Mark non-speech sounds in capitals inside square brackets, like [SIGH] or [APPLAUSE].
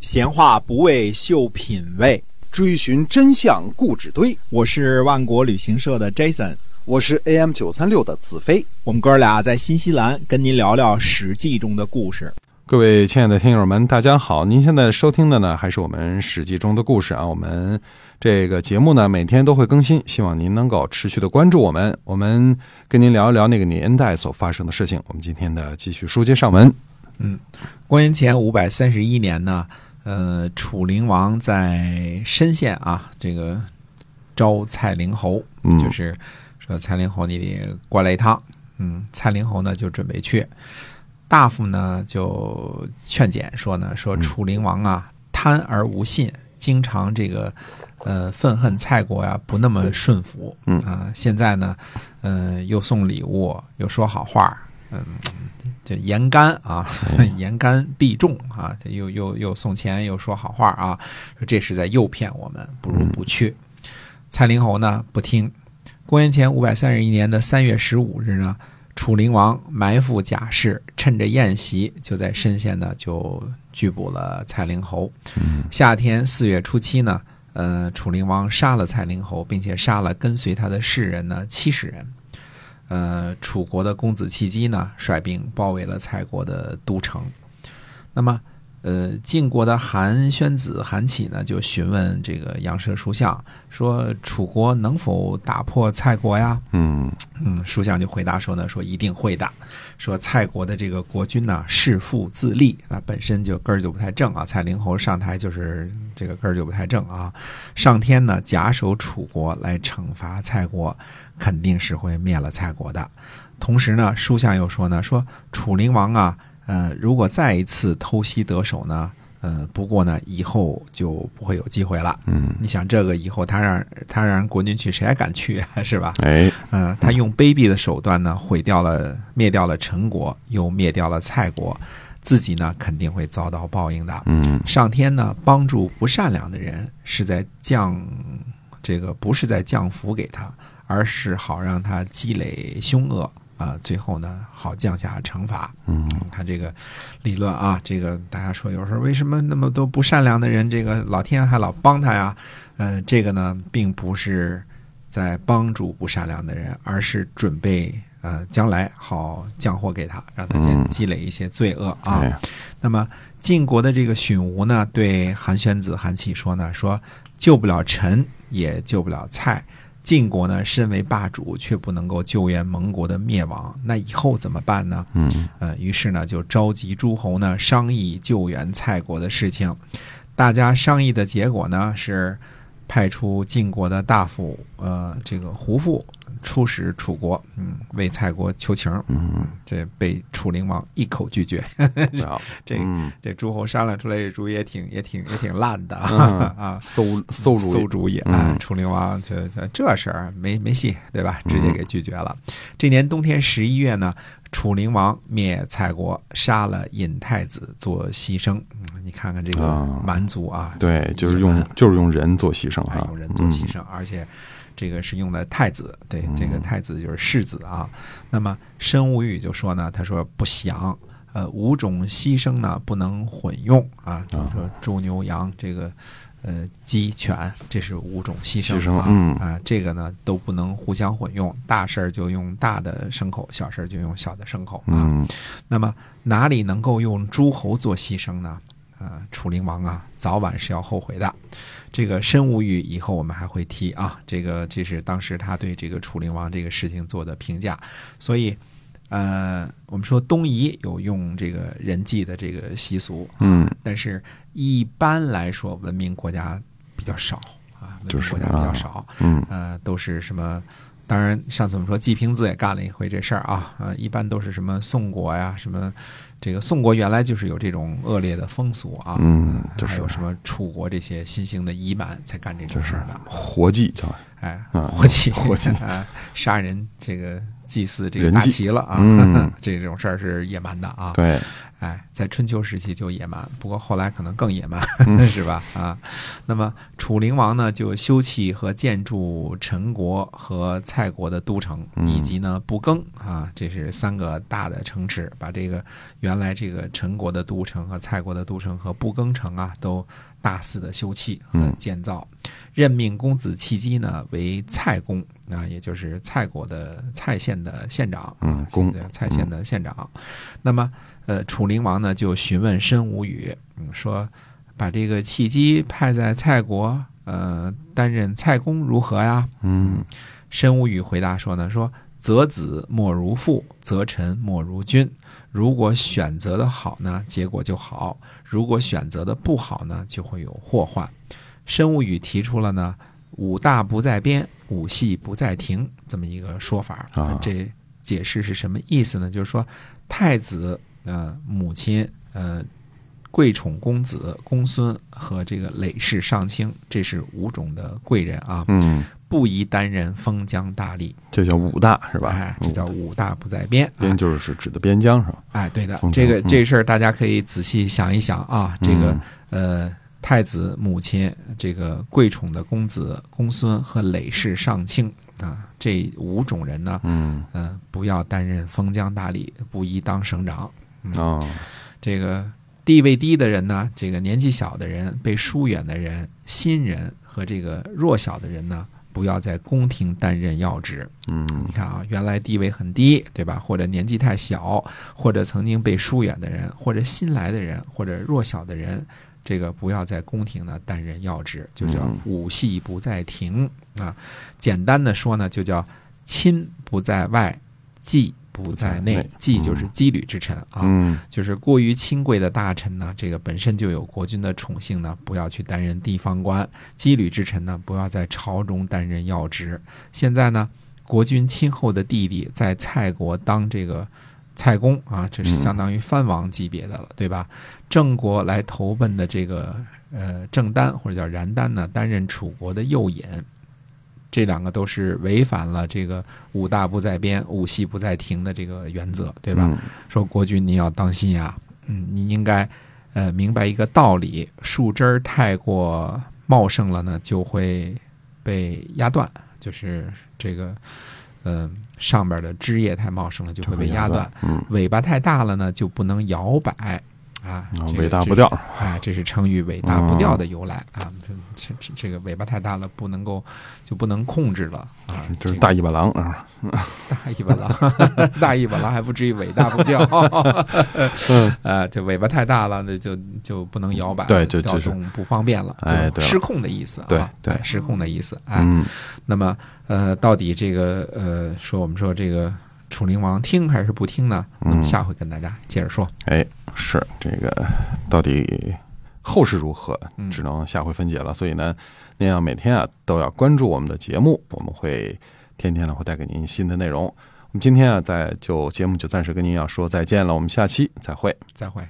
闲话不为秀品味，追寻真相故纸堆。我是万国旅行社的 Jason，我是 AM 九三六的子飞。我们哥俩在新西兰跟您聊聊《史记》中的故事。各位亲爱的听友们，大家好！您现在收听的呢，还是我们《史记》中的故事啊。我们这个节目呢，每天都会更新，希望您能够持续的关注我们。我们跟您聊一聊那个年代所发生的事情。我们今天的继续书接上文。公元前五百三十一年呢，呃，楚灵王在深县啊，这个招蔡灵侯，嗯就是说蔡灵侯你得过来一趟。嗯，蔡灵侯呢就准备去，大夫呢就劝谏说呢，说楚灵王啊贪而无信，经常这个呃愤恨蔡国呀、不那么顺服，嗯啊、现在呢，呃又送礼物，又说好话，嗯、这言干啊， [LAUGHS] 言干必中啊，这又又又送钱又说好话啊，说这是在诱骗我们，不如不去。蔡灵侯呢不听。公元前五百三十一年的三月十五日呢，楚灵王埋伏贾氏，趁着宴席就在深县呢就拘捕了蔡灵侯。夏天四月初七呢，呃，楚灵王杀了蔡灵侯，并且杀了跟随他的士人呢七十人。呃，楚国的公子弃机呢，率兵包围了蔡国的都城。那么，呃，晋国的韩宣子韩起呢，就询问这个杨奢书相说：“楚国能否打破蔡国呀？”嗯嗯，书相就回答说呢，说一定会的，说蔡国的这个国君呢弑父自立，那本身就根儿就不太正啊。蔡灵侯上台就是这个根儿就不太正啊。上天呢假手楚国来惩罚蔡国，肯定是会灭了蔡国的。同时呢，书相又说呢，说楚灵王啊，呃，如果再一次偷袭得手呢，呃，不过呢，以后就不会有机会了。嗯，你想这个以后他让他让人国君去，谁还敢去啊？是吧？哎，嗯，他用卑鄙的手段呢，毁掉了、灭掉了陈国，又灭掉了蔡国，自己呢肯定会遭到报应的。嗯上天呢帮助不善良的人，是在降这个不是在降福给他，而是好让他积累凶恶啊、最后呢好降下惩罚。嗯看这个理论啊，这个大家说有时候为什么那么多不善良的人，这个老天还老帮他呀？呃，这个呢，并不是在帮助不善良的人，而是准备呃将来好降祸给他，让他先嗯积累一些罪恶啊。哎，那么晋国的这个荀吴呢，对韩宣子韩起说呢，说救不了陈，也救不了蔡。晋国呢，身为霸主，却不能够救援盟国的灭亡，那以后怎么办呢？嗯呃，于是呢，就召集诸侯呢商议救援蔡国的事情。大家商议的结果呢是，派出晋国的大夫呃这个胡父出使楚国，嗯，为蔡国求情儿，嗯，这被楚灵王一口拒绝。不要这嗯这诸侯商量出来，这主意也挺也挺也挺烂的嗯啊 [LAUGHS] 啊。馊馊主馊意，主意啊！嗯楚灵王这这这事儿没没戏，对吧？直接给拒绝了。这年冬天十一月呢，楚灵王灭蔡国，杀了尹太子做牺牲。嗯你看看这个啊蛮族啊，对，就是野用蛮就是用人做牺牲还哈，嗯有人做牺牲，而且这个是用的太子，对，这个太子就是世子啊。那么申无欲就说呢，他说不祥，呃，五种牺牲呢不能混用啊，就是说猪牛羊这个。呃，鸡犬这是五种牺牲牺牲啊，嗯啊，这个呢都不能互相混用，大事儿就用大的牲口，小事儿就用小的牲口啊。嗯。嗯那么哪里能够用诸侯做牺牲呢？啊，楚灵王啊，早晚是要后悔的。这个申无欲以后我们还会提啊，这个这是当时他对这个楚灵王这个事情做的评价。所以，呃，我们说东夷有用这个人祭的这个习俗，嗯但是一般来说文明国家比较少啊，文就明是国家比较啊少。嗯呃，都是什么？当然，上次我们说季平子也干了一回这事儿啊，呃，一般都是什么宋国呀，什么这个宋国原来就是有这种恶劣的风俗啊，嗯呃就还有是什么楚国这些新兴的夷蛮才干这种事儿的，活计叫 [LAUGHS] 哎，嗯火起活计啊，杀人这个祭祀这个人大祭旗了啊，嗯这种事儿是野蛮的 [LAUGHS] 啊。对，哎，在春秋时期就野蛮，不过后来可能更野蛮，嗯 [LAUGHS] 是吧？啊，那么楚灵王呢，就修葺和建筑陈国和蔡国的都城，嗯以及呢不更啊，这是三个大的城池，把这个原来这个陈国的都城和蔡国的都城和不更城啊，都大肆的修葺和嗯建造，任命公子契机呢为蔡公啊，也就是蔡国的蔡县的县长，嗯公对蔡县的县长。那么，呃，楚灵王呢就询问申无宇，嗯，说把这个契机派在蔡国，呃，担任蔡公如何呀？嗯申无宇回答说呢，说择子莫如父，择臣莫如君。如果选择的好呢，结果就好；如果选择的不好呢，就会有祸患。申无宇提出了呢“五大不在边，五系不在庭”这么一个说法儿啊这解释是什么意思呢？就是说，太子呃母亲呃贵宠公子、公孙和这个累世上卿，这是五种的贵人啊。嗯，不宜担任封疆大吏，这叫五大是吧？嗯哎，这叫五大不在边。啊边就是是指的边疆是吧？哎，对的封，疆这个嗯这事儿大家可以仔细想一想啊。这个呃，太子母亲，这个贵宠的公子、公孙和累世上卿啊，这五种人呢，嗯呃，不要担任封疆大吏，不宜当省长。嗯哦这个地位低的人呢，这个年纪小的人、被疏远的人、新人和这个弱小的人呢，不要在宫廷担任要职。嗯你看啊，原来地位很低，对吧？或者年纪太小，或者曾经被疏远的人，或者新来的人，或者弱小的人，这个不要在宫廷呢担任要职，就叫嗯武戏不在庭啊。简单的说呢，就叫亲不在外，忌不在不在内内。忌就是羁旅之臣啊，嗯就是过于亲贵的大臣呢，这个本身就有国君的宠幸呢，不要去担任地方官；羁旅之臣呢，不要在朝中担任要职。现在呢，国君亲厚的弟弟在蔡国当这个蔡公啊，这是嗯相当于藩王级别的了，对吧？郑国来投奔的这个呃郑丹或者叫然丹呢，担任楚国的右尹。这两个都是违反了这个“五大不在边，五系不在庭”的这个原则，对吧？嗯说国君您要当心呀、嗯，您应该呃明白一个道理，树枝儿太过茂盛了呢，就会被压断，就是这个嗯、呃上边的枝叶太茂盛了就会被压断，嗯尾巴太大了呢就不能摇摆。啊啊，这个尾大这不掉是哎，这是成语“尾大不掉”的由来、啊。这这这个尾巴太大了，不能够就不能控制了啊。这这是个大尾巴狼啊，大尾巴狼， [LAUGHS] 大尾巴狼还不至于尾大不掉， [LAUGHS] 嗯 [LAUGHS] 呃，这尾巴太大了，那就就不能摇摆，对就调就是动不方便了，哎就对了失控的意思啊，对对哎失控的意思，哎，嗯那么呃，到底这个呃，说我们说这个楚灵王听还是不听呢？那么嗯下回跟大家接着说，哎是这个到底后事如何，嗯只能下回分解了。所以呢，您要每天啊都要关注我们的节目，我们会天天呢会带给您新的内容。我们今天啊在就节目就暂时跟您要说再见了，我们下期再会。再会。